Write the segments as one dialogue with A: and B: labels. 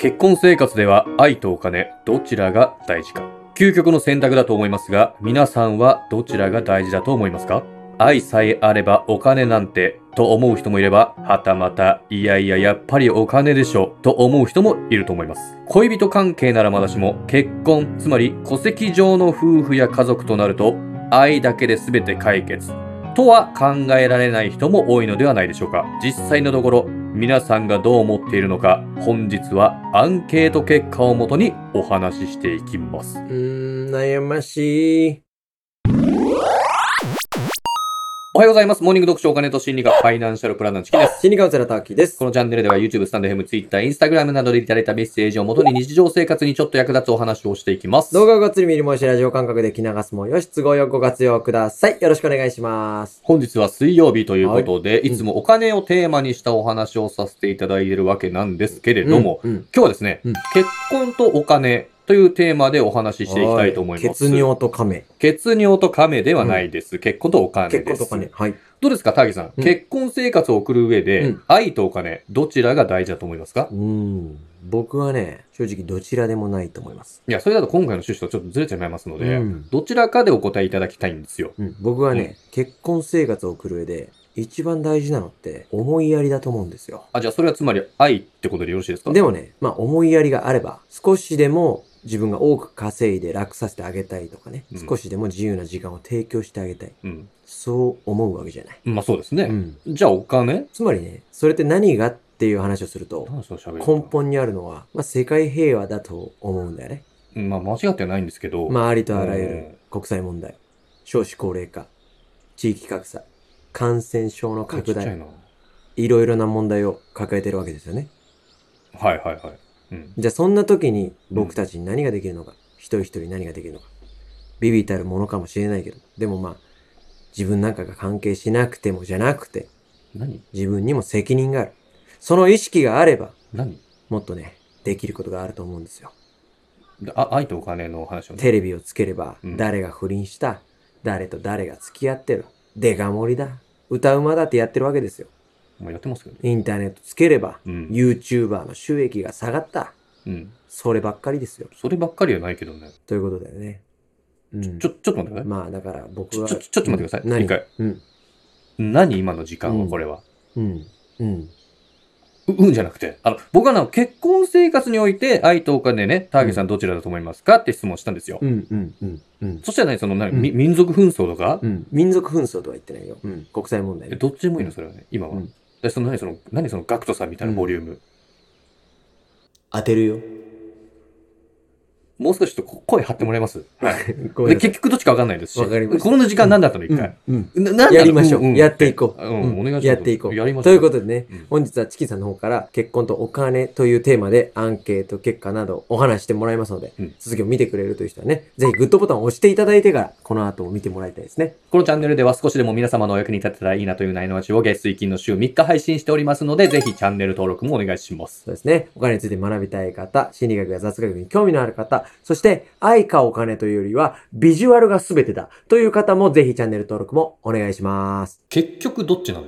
A: 結婚生活では愛とお金、どちらが大事か。究極の選択だと思いますが、皆さんはどちらが大事だと思いますか愛さえあればお金なんてと思う人もいれば、はたまた、いやいややっぱりお金でしょと思う人もいると思います。恋人関係ならまだしも、結婚、つまり戸籍上の夫婦や家族となると、愛だけで全て解決とは考えられない人も多いのではないでしょうか。実際のところ、皆さんがどう思っているのか、本日はアンケート結果をもとにお話ししていきます。
B: うーん、悩ましい。
A: おはようございます。モーニング読書お金と心理学ファイナンシャルプランナーのチキです。
B: 心理カウンセラーターキーです
A: こ。のチャンネルでは YouTube、スタンド FM、Twitter、Instagram などでいただいたメッセージをもとに日常生活にちょっと役立つお話をしていきます。
B: 動画をがっつり見るもよし、ラジオ感覚で聞き流すもよし、都合よくご活用ください。よろしくお願いします。
A: 本日は水曜日ということで、い、つもお金をテーマにしたお話をさせていただいているわけなんですけれども、
B: うん、うん
A: 今日はですね、
B: うん
A: 結婚とお金というテーマでお話ししていきたいと思います。
B: 血尿と亀。
A: 血尿と亀ではないです。結婚とお金です。
B: 結婚と亀。はい。
A: どうですか、ターギさん,、
B: うん
A: 結婚生活を送る上で、
B: うん
A: 愛とお金、どちらが大事だと思いますか
B: うーん。僕はね、正直どちらでもないと思います。
A: いや、それだと今回の趣旨とちょっとずれちゃいますので、
B: うん
A: どちらかでお答えいただきたいんですよ。
B: うん、僕はね、結婚生活を送る上で、一番大事なのって、思いやりだと思うんですよ。
A: あ、じゃあそれはつまり愛ってことでよろしいですか
B: でもね、まあ思いやりがあれば、少しでも自分が多く稼いで楽させてあげたいとかね、
A: うん
B: 少しでも自由な時間を提供してあげたい。
A: うん。
B: そう思うわけじゃない。
A: まあそうですね。
B: うん
A: じゃあお金
B: つまりね、それって何がっていう話をすると、
A: 何しろ喋る
B: 根本にあるのは、まあ世界平和だと思うんだよね。
A: まあ間違ってはないんですけど、
B: まあありとあらゆ
A: うん
B: る国際問題、少子高齢化、地域格差、感染症の拡
A: ちっちゃい
B: 大、
A: ない
B: ろいろな問題を抱えてるわけですよね。
A: はいはいはい。うん。
B: じゃあそんな時に僕たちに何ができるのか、一人一人何ができるのか。ビビたるものかもしれないけど、でもまあ、自分なんかが関係しなくてもじゃなくて、
A: 何
B: 自分にも責任がある。その意識があれば、
A: 何
B: もっとね、できることがあると思うんですよ。
A: であ愛とお金の話をね。
B: テレビをつければ、
A: うん
B: 誰が不倫した、誰と誰が付き合ってる、デカ盛りだ、歌うまだってやってるわけですよ。
A: もうやってますけどね。
B: インターネットつければ、
A: うん
B: YouTuber の収益が下がった。
A: うん。
B: そればっかりですよ。
A: そればっかりはないけどね。
B: ということだよね。うん
A: ちょ、ちょっと待ってください。
B: まあだから僕
A: ちょ、
B: は。
A: ちょ、ちょっと待ってください。
B: 何
A: 一回。
B: うん。
A: 何今の時間
B: う
A: は
B: ん
A: これは。
B: うん。うん。
A: う、うんじゃなくて。あの、僕はあの、結婚生活において愛とお金ね、ターゲさんどちらだと思いますかって質問したんですよ。
B: うん。うん。うん。うん。
A: そしたらね、その、何、
B: うん
A: み民族紛争とか、
B: うん。民族紛争とは言ってないよ。うん。国際問題
A: え
B: ね。
A: どっちでもいいのそれはね、今は。
B: うん
A: でその何その、何そのガクトさんみたいなボリューム。
B: 当てるよ。
A: もう少しちょっとこ声張ってもらえますはい。
B: ご め
A: で、
B: んなさい
A: 結局どっちかわかんないですし。
B: わかりました
A: この時間何だったの一
B: う
A: 回
B: ん。。うん。
A: ななんだ
B: やりましょ
A: ん
B: う。
A: ん
B: やっていこう。
A: うん
B: うん
A: お願いします
B: やっていこう。
A: やりましょう
B: ということでね
A: うん、
B: 本日はチキさんの方から結婚とお金というテーマでアンケート結果などお話してもらいますので
A: うん、
B: 続きを見てくれるという人はね、ぜひグッドボタンを押していただいてから、この後を見てもらいたいですね。
A: このチャンネルでは少しでも皆様のお役に立てたらいいなという内容の話を月水金の週3日配信しておりますので、ぜひチャンネル登録もお願いします。
B: そうですね。お金について学びたい方、心理学や雑学に興味のある方、そして愛かお金というよりはビジュアルが全てだという方もぜひチャンネル登録もお願いします。
A: 結局どっちなの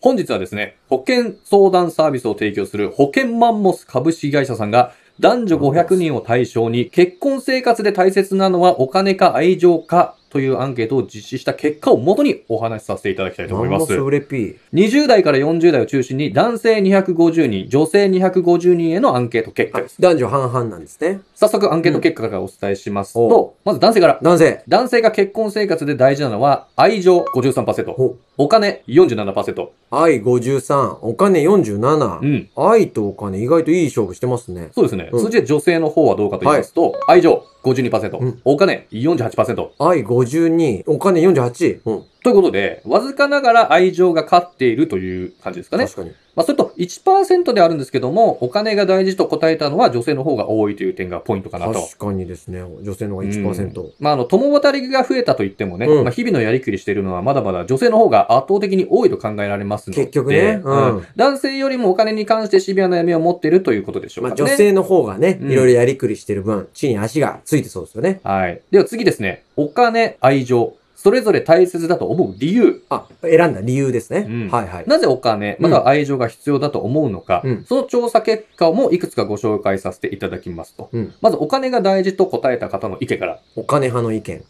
A: 本日はですね、保険相談サービスを提供する保険マンモス株式会社さんが男女500人を対象に結婚生活で大切なのはお金か愛情かというアンケートを実施した結果をもとにお話しさせていただきたいと思いま
B: マンモ
A: す
B: ス。売れピー。
A: 20代から40代を中心に男性250人、女性250人へのアンケート結果
B: あ
A: です。
B: 男女半々なんですね。
A: 早速アンケート結果からお伝えします
B: うん
A: と、まず男性から。
B: 男性。
A: 男性が結婚生活で大事なのは愛情53%、
B: お
A: お金47%、
B: 愛53、お金47。
A: うん。
B: 愛とお金意外といい勝負してますね。
A: そうですね。
B: うん
A: そして女性の方はどうかと言いますと、愛情52%、
B: うん
A: お金48%。と
B: 愛52、お金48。うん。
A: いうことで、わずかながら愛情が勝っているという感じですかね。
B: 確かに。
A: まあ、それと1%であるんですけども、お金が大事と答えたのは女性の方が多いという点がポイントかなと。
B: 確かにですね。女性の方が1%。
A: うんまあ、あの、共渡りが増えたと言ってもね、
B: うん
A: まあ、日々のやりくりしているのはまだまだ女性の方が圧倒的に多いと考えられますので。
B: 結局ねうん
A: 男性よりもお金に関してシビアな闇を持っているということでしょう
B: ま
A: かね。
B: あ女性の方がね、
A: うん
B: いろいろやりくりしてる分、地に足がついてそうですよね。
A: はい。では次ですね。お金、愛情、それぞれ大切だと思う理由、
B: あ、選んだ理由ですね。
A: うん
B: はいはい。
A: なぜお金、または愛情が必要だと思うのか、
B: うん
A: その調査結果もいくつかご紹介させていただきますと。
B: うん
A: まずお金が大事と答えた方の意見から。
B: お金派の意見。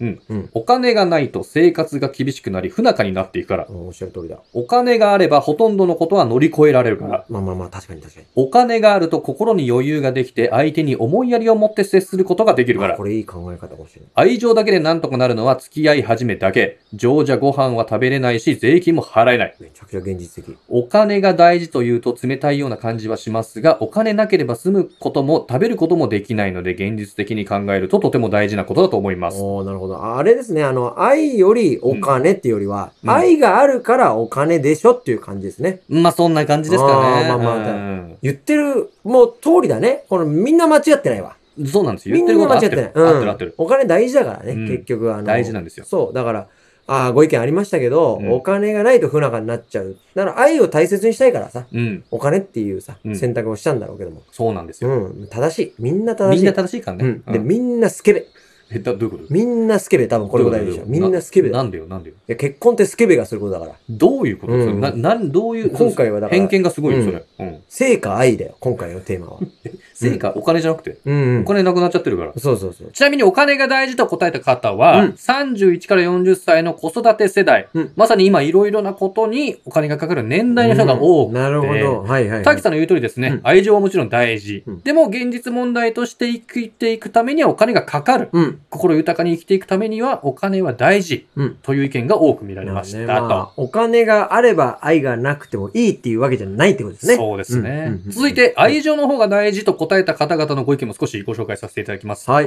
A: お金がないと生活が厳しくなり不仲になっていくから。
B: おっしゃる通りだ。
A: お金があればほとんどのことは乗り越えられるから。
B: まあまあまあ、確かに確かに。
A: お金があると心に余裕ができて相手に思いやりを持って接することができるか
B: あ
A: ら
B: こ。れいい考え方かもしれない。
A: 愛情だけでなんとかなるのは付き合い始めだけ。情じゃご飯は食べれないし、税金も払えない。
B: めちゃくちゃ現実的。
A: お金が大事というと冷たいような感じはしますが、お金なければ住むことも食べることもできないので、現実的に考えるととても大事なことだと思います。
B: おおなるほど。ああれですね、あの、愛よりお金っていうよりは、
A: うん
B: 愛があるからお金でしょっていう感じですね。
A: まあ、そんな感じですかね。
B: あーまあまあ
A: うん
B: 言ってる、もう通りだね。このみんな間違ってないわ。
A: そうなんですよ。
B: み
A: 言っ
B: ん
A: て
B: な
A: ること
B: 間
A: は合
B: 違っ
A: ってて
B: ない
A: る。。合ってる合って
B: うん
A: る。
B: お金大事だからね、
A: うん
B: 結局。あの
A: 大事なんですよ。
B: そう、だから、ああ、ご意見ありましたけど、
A: うん
B: お金がないと不仲になっちゃう。だから愛を大切にしたいからさ、
A: うん。
B: お金っていうさ、
A: うん
B: 選択をしたんだろうけども。
A: そうなんですよ。
B: うん、正しい。みんな正し
A: み
B: い。
A: んな正しいから
B: う
A: ね
B: ん。。で、
A: うん
B: みんなスケベ。
A: え、だどういうこと
B: みんなスケベ、多分これ答えでしょ。みんなスケベだ。
A: ないんでよ、なんでよ。
B: や、結婚ってスケベがすることだから。
A: どういうこと、
B: うん
A: それな、なん、どういう、
B: 今回はだから
A: 偏見がすごいよ、それ。うん。
B: 成果愛だよ、今回のテーマは。
A: 成果、お金じゃなくて。
B: うん、
A: お金なくなっちゃってるから。
B: そうそうそう。
A: ちなみにお金が大事と答えた方は、
B: うん
A: 31から40歳の子育て世代、
B: うん
A: まさに今いろいろなことにお金がかかる年代の人が多く、
B: うんなるほど。はいはい、は
A: 滝
B: い。
A: さんの言う通りですね、
B: うん
A: 愛情はもちろん大事、
B: うん
A: でも現実問題として生きていくためにはお金がかかる。
B: うん。
A: 心豊かに生きていくためにはお金は大事
B: うん。
A: という意見が多く見られましたと。
B: まあねまあお金があれば愛がなくてもいいっていうわけじゃないってことですね。
A: そうですね。
B: うんうんうんうん
A: 続いて、愛情の方が大事と答えた方々のご意見も少しご紹介させていただきますと、
B: はい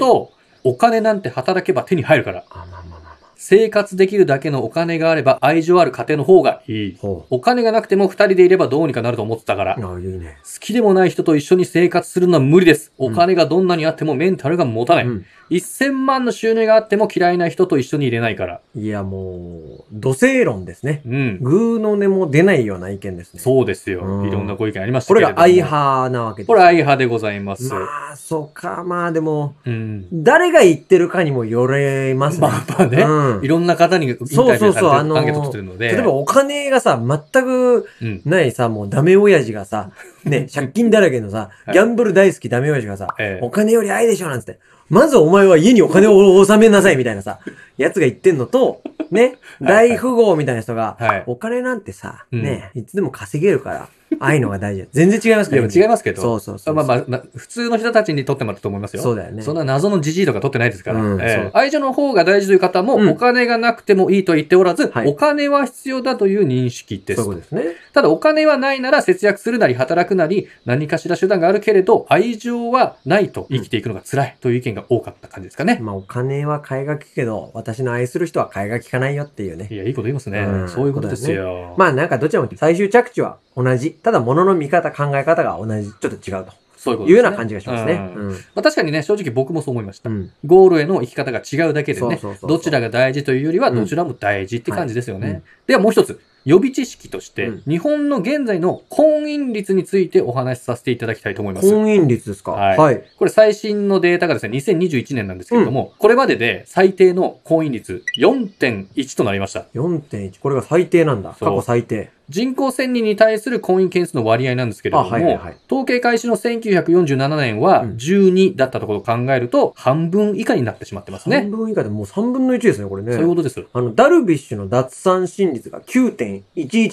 A: お金なんて働けば手に入るから、
B: あ、まあまあまあまあ。
A: 生活できるだけのお金があれば愛情ある家庭の方がいい。
B: ほ
A: お金がなくても二人でいればどうにかなると思ってたから
B: う。。ああ、いいね。
A: 好きでもない人と一緒に生活するのは無理です。お
B: ん
A: 金がどんなにあってもメンタルが持たない。
B: うん
A: 1000万の収入があっても嫌いな人と一緒にいれないから。
B: いや、もう、土星論ですね。
A: うん。
B: 偶の根も出ないような意見ですね。
A: そうですよ。
B: うん
A: いろんなご意見ありました
B: こ
A: け
B: れ
A: れども。
B: が愛。派なわけです。
A: これ愛派でございます。
B: まあ、そうか。まあでも、
A: うん。
B: 誰が言ってるかにもよれます
A: ま
B: ね。
A: あまあね。
B: うん
A: いろんな方にインタビューされて
B: そうそうそう
A: ア
B: あのー
A: ンケート取ってるので。
B: 例えばお金がさ、全く
A: うん。
B: ないさ、もうダメ親父がさ、 ね、借金だらけのさ、
A: はい
B: ギャンブル大好きダメ親父がさ、
A: ええ
B: お金より愛でしょなんつって、まずお前は家にお金を納めなさいみたいな さ、やつが言ってんのと、ね、
A: はいはい
B: 大富豪みたいな人が、
A: はい
B: お金なんてさ、
A: うん
B: ね、いつでも稼げるから、愛のが大事だ。全然違います
A: い
B: か
A: や
B: ら
A: 違いますけど。
B: そうそうそう。
A: まあまあ、な普通の人たちにとってもらったと思いますよ。
B: そうだよね。
A: そんな謎のじじいとか取ってないですから、
B: うん
A: ええ
B: そう
A: 愛情の方が大事という方も、
B: うん
A: お金がなくてもいいと言っておらず、
B: はい
A: お金は必要だという認識です
B: そういうことですね。
A: ただお金はないなら節約するなり働くなり何かしら手段があるけれど愛情はないと生きていくのが辛いという意見が多かった感じですかね、
B: まあお金は買いが利くけど、私の愛する人は買いが利かないよっていうね。
A: いやいいこと言いますね、
B: うん
A: そういうことですよ、
B: まあなんかどちらも最終着地は同じ。ただ物の見方、考え方が同じ。ちょっと違うと
A: そういうこと
B: い
A: ですね
B: うような感じがしますね。
A: うん
B: うん。
A: まあ、確かにね正直僕もそう思いました、
B: うん。
A: ゴールへの生き方が違うだけでね
B: そうそうそうそう
A: どちらが大事というよりは
B: うん
A: どちらも大事って感じですよね、
B: はいうん
A: ではもう一つ予備知識として、
B: うん
A: 日本の現在の婚姻率についてお話しさせていただきたいと思います
B: 婚姻率ですか。
A: はい
B: はい。
A: これ最新のデータがですね、2021年なんですけれども、これまでで最低の婚姻率4.1となりました。
B: 4.1。これが最低なんだ。過
A: そう
B: 去最低。
A: 人口1000人に対する婚姻件数の割合なんですけれども、
B: あはいはいはい
A: 統計開始の1947年は
B: うん
A: 12だったところを考えると、半分以下になってしまってます
B: 半
A: ね。
B: 分以下でもう3分の1ですね、これね。
A: そういうことですよ。
B: あの、ダルビッシュの奪三振率が9.11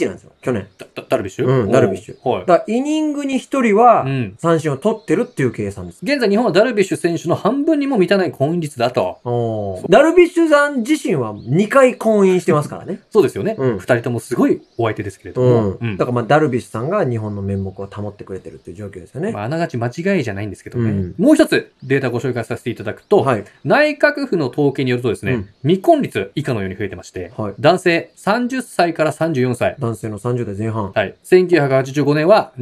B: なんですよ、去年。
A: だだダルビッシュ
B: うんダルビッシュ。
A: おはい。
B: だからイニングに1人は
A: うん。
B: 三振を取ってるっていう計算です。
A: 現在日本はダルビッシュ選手の半分にも満たない婚姻率だと。
B: おーダルビッシュさん自身は2回婚姻してますからね。
A: そうですよね。二、
B: うん
A: 人ともすごいお相手ですけれど
B: う
A: も。
B: ん。だからまあ、ダルビッシュさんが日本の面目を保ってくれてるっていう状況ですよね。
A: まあ、あながち間違いじゃないんですけどね。
B: うん
A: もう一つデータご紹介させていただくと、
B: はい。
A: 内閣府の統計によるとですね、
B: うん
A: 未婚率以下のように増えてまして、
B: はい。
A: 男性30歳から34歳、
B: 男性の30代前半。
A: はい、1985年は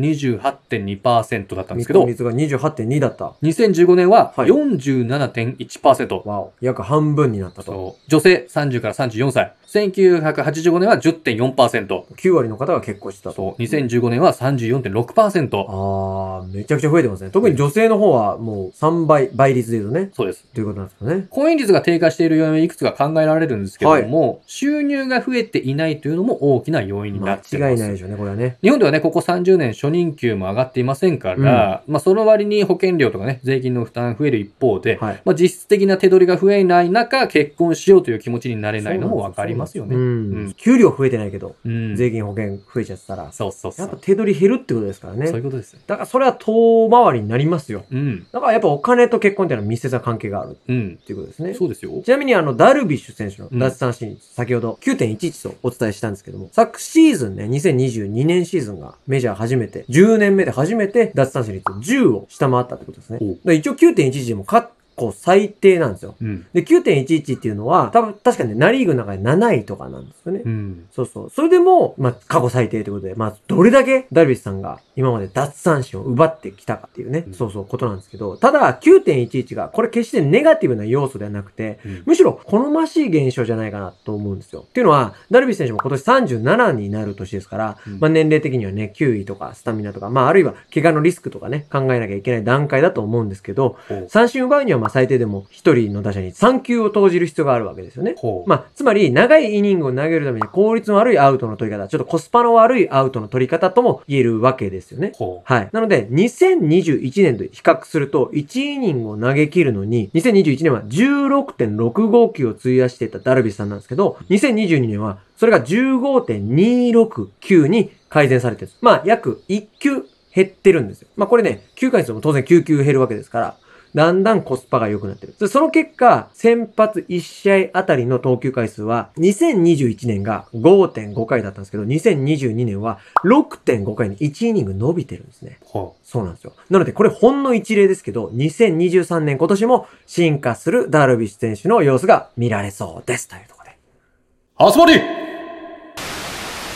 A: 28.2%だったんですけ
B: 未
A: ど
B: 婚、率が28.2だった。
A: 2015年は
B: はい
A: 47.1%。
B: わお。約半分になったと。
A: そう女性30から34歳、1985年は10.4%。
B: 9割人の方が結婚してたと。
A: そう。2015年は34.6%。
B: ああ、めちゃくちゃ増えてますね。特に女性の方はもう3倍、倍率で言うとね。
A: そうです。
B: ということなんですかね。
A: 婚姻率が低下している要因はいくつか考えられるんですけれども、収入が増えていないというのも大きな要因になっています。
B: 間違いないでしょうね、これはね。
A: 日本ではね、ここ30年初任給も上がっていませんから、まあその割に保険料とかね、税金の負担増える一方で、
B: はい。
A: まあ実質的な手取りが増えない中、結婚しようという気持ちになれないのもわかりますよ
B: う
A: ね。
B: ん
A: うん
B: 給料増えてないけど、
A: うん。
B: 税金保険増えちゃってたら、
A: そうそうそ
B: やっぱ
A: う。
B: 手取り減るってことですからね
A: そうい。うことですよ。
B: だからそれは遠回りになりますよ。
A: うん。
B: だからやっぱお金と結婚っていうのは密接な関係があるっ
A: うん。
B: ていうことですね。
A: そうですよ。
B: ちなみにあの、ダルビッシュ選手の
A: うん
B: 奪三振率、先ほど9.11とお伝えしたんですけども、昨シーズンね、2022年シーズンがメジャー初めて、10年目で初めて奪三振率10を下回ったってことですね。だ
A: お
B: から一応9.11でも過去最低なんですよ。
A: うん。
B: で、9.11っていうのは、多分、確かにね、ナリーグの中で7位とかなんですよね。
A: うん。
B: そうそう。それでも、まあ、過去最低ということで、まあ、どれだけダルビッシュさんが今まで奪三振を奪ってきたかっていうね、
A: うん
B: そうそう、ことなんですけど、ただ、9.11が、これ決してネガティブな要素ではなくて、
A: うん
B: むしろ好ましい現象じゃないかなと思うんですよ。っていうのは、ダルビッシュ選手も今年37になる年ですから、
A: うん
B: まあ、年齢的にはね、球威とかスタミナとか、まあ、あるいは怪我のリスクとかね、考えなきゃいけない段階だと思うんですけど、
A: ほう
B: 三振奪うにはまあ最低でも1人の打者に3球を投じる必要があるわけですよね。
A: ほう。
B: まあ、つまり、長いイニングを投げるために効率の悪いアウトの取り方、ちょっとコスパの悪いアウトの取り方とも言えるわけですよね。
A: ほ
B: はい。なので、2021年と比較すると、1イニングを投げ切るのに、2021年は16.65球を費やしていたダルビッシュさんなんですけど、2022年は、それが15.26球に改善されてるんです。まあ、約1球減ってるんですよ。まあ、これね、9回にするとも当然9球減るわけですから、だんだんコスパが良くなってる。でその結果、先発1試合あたりの投球回数は、2021年が5.5回だったんですけど、2022年は6.5回に1イニング伸びてるんですね。
A: う。ほ
B: そうなんですよ。なので、これほんの一例ですけど、2023年今年も進化するダルビッシュ選手の様子が見られそうです。というところで。
A: う。はすもり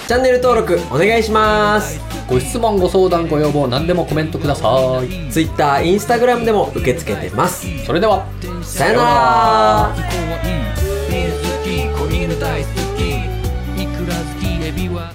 B: チャンネル登録お願いします。
A: ご質問、ご相談、ご要望、何でもコメントください。
B: Twitter、Instagram でも受け付けてます。
A: それでは。
B: さよなら
C: ビール好き、子犬大好き、いくら好き、エビは。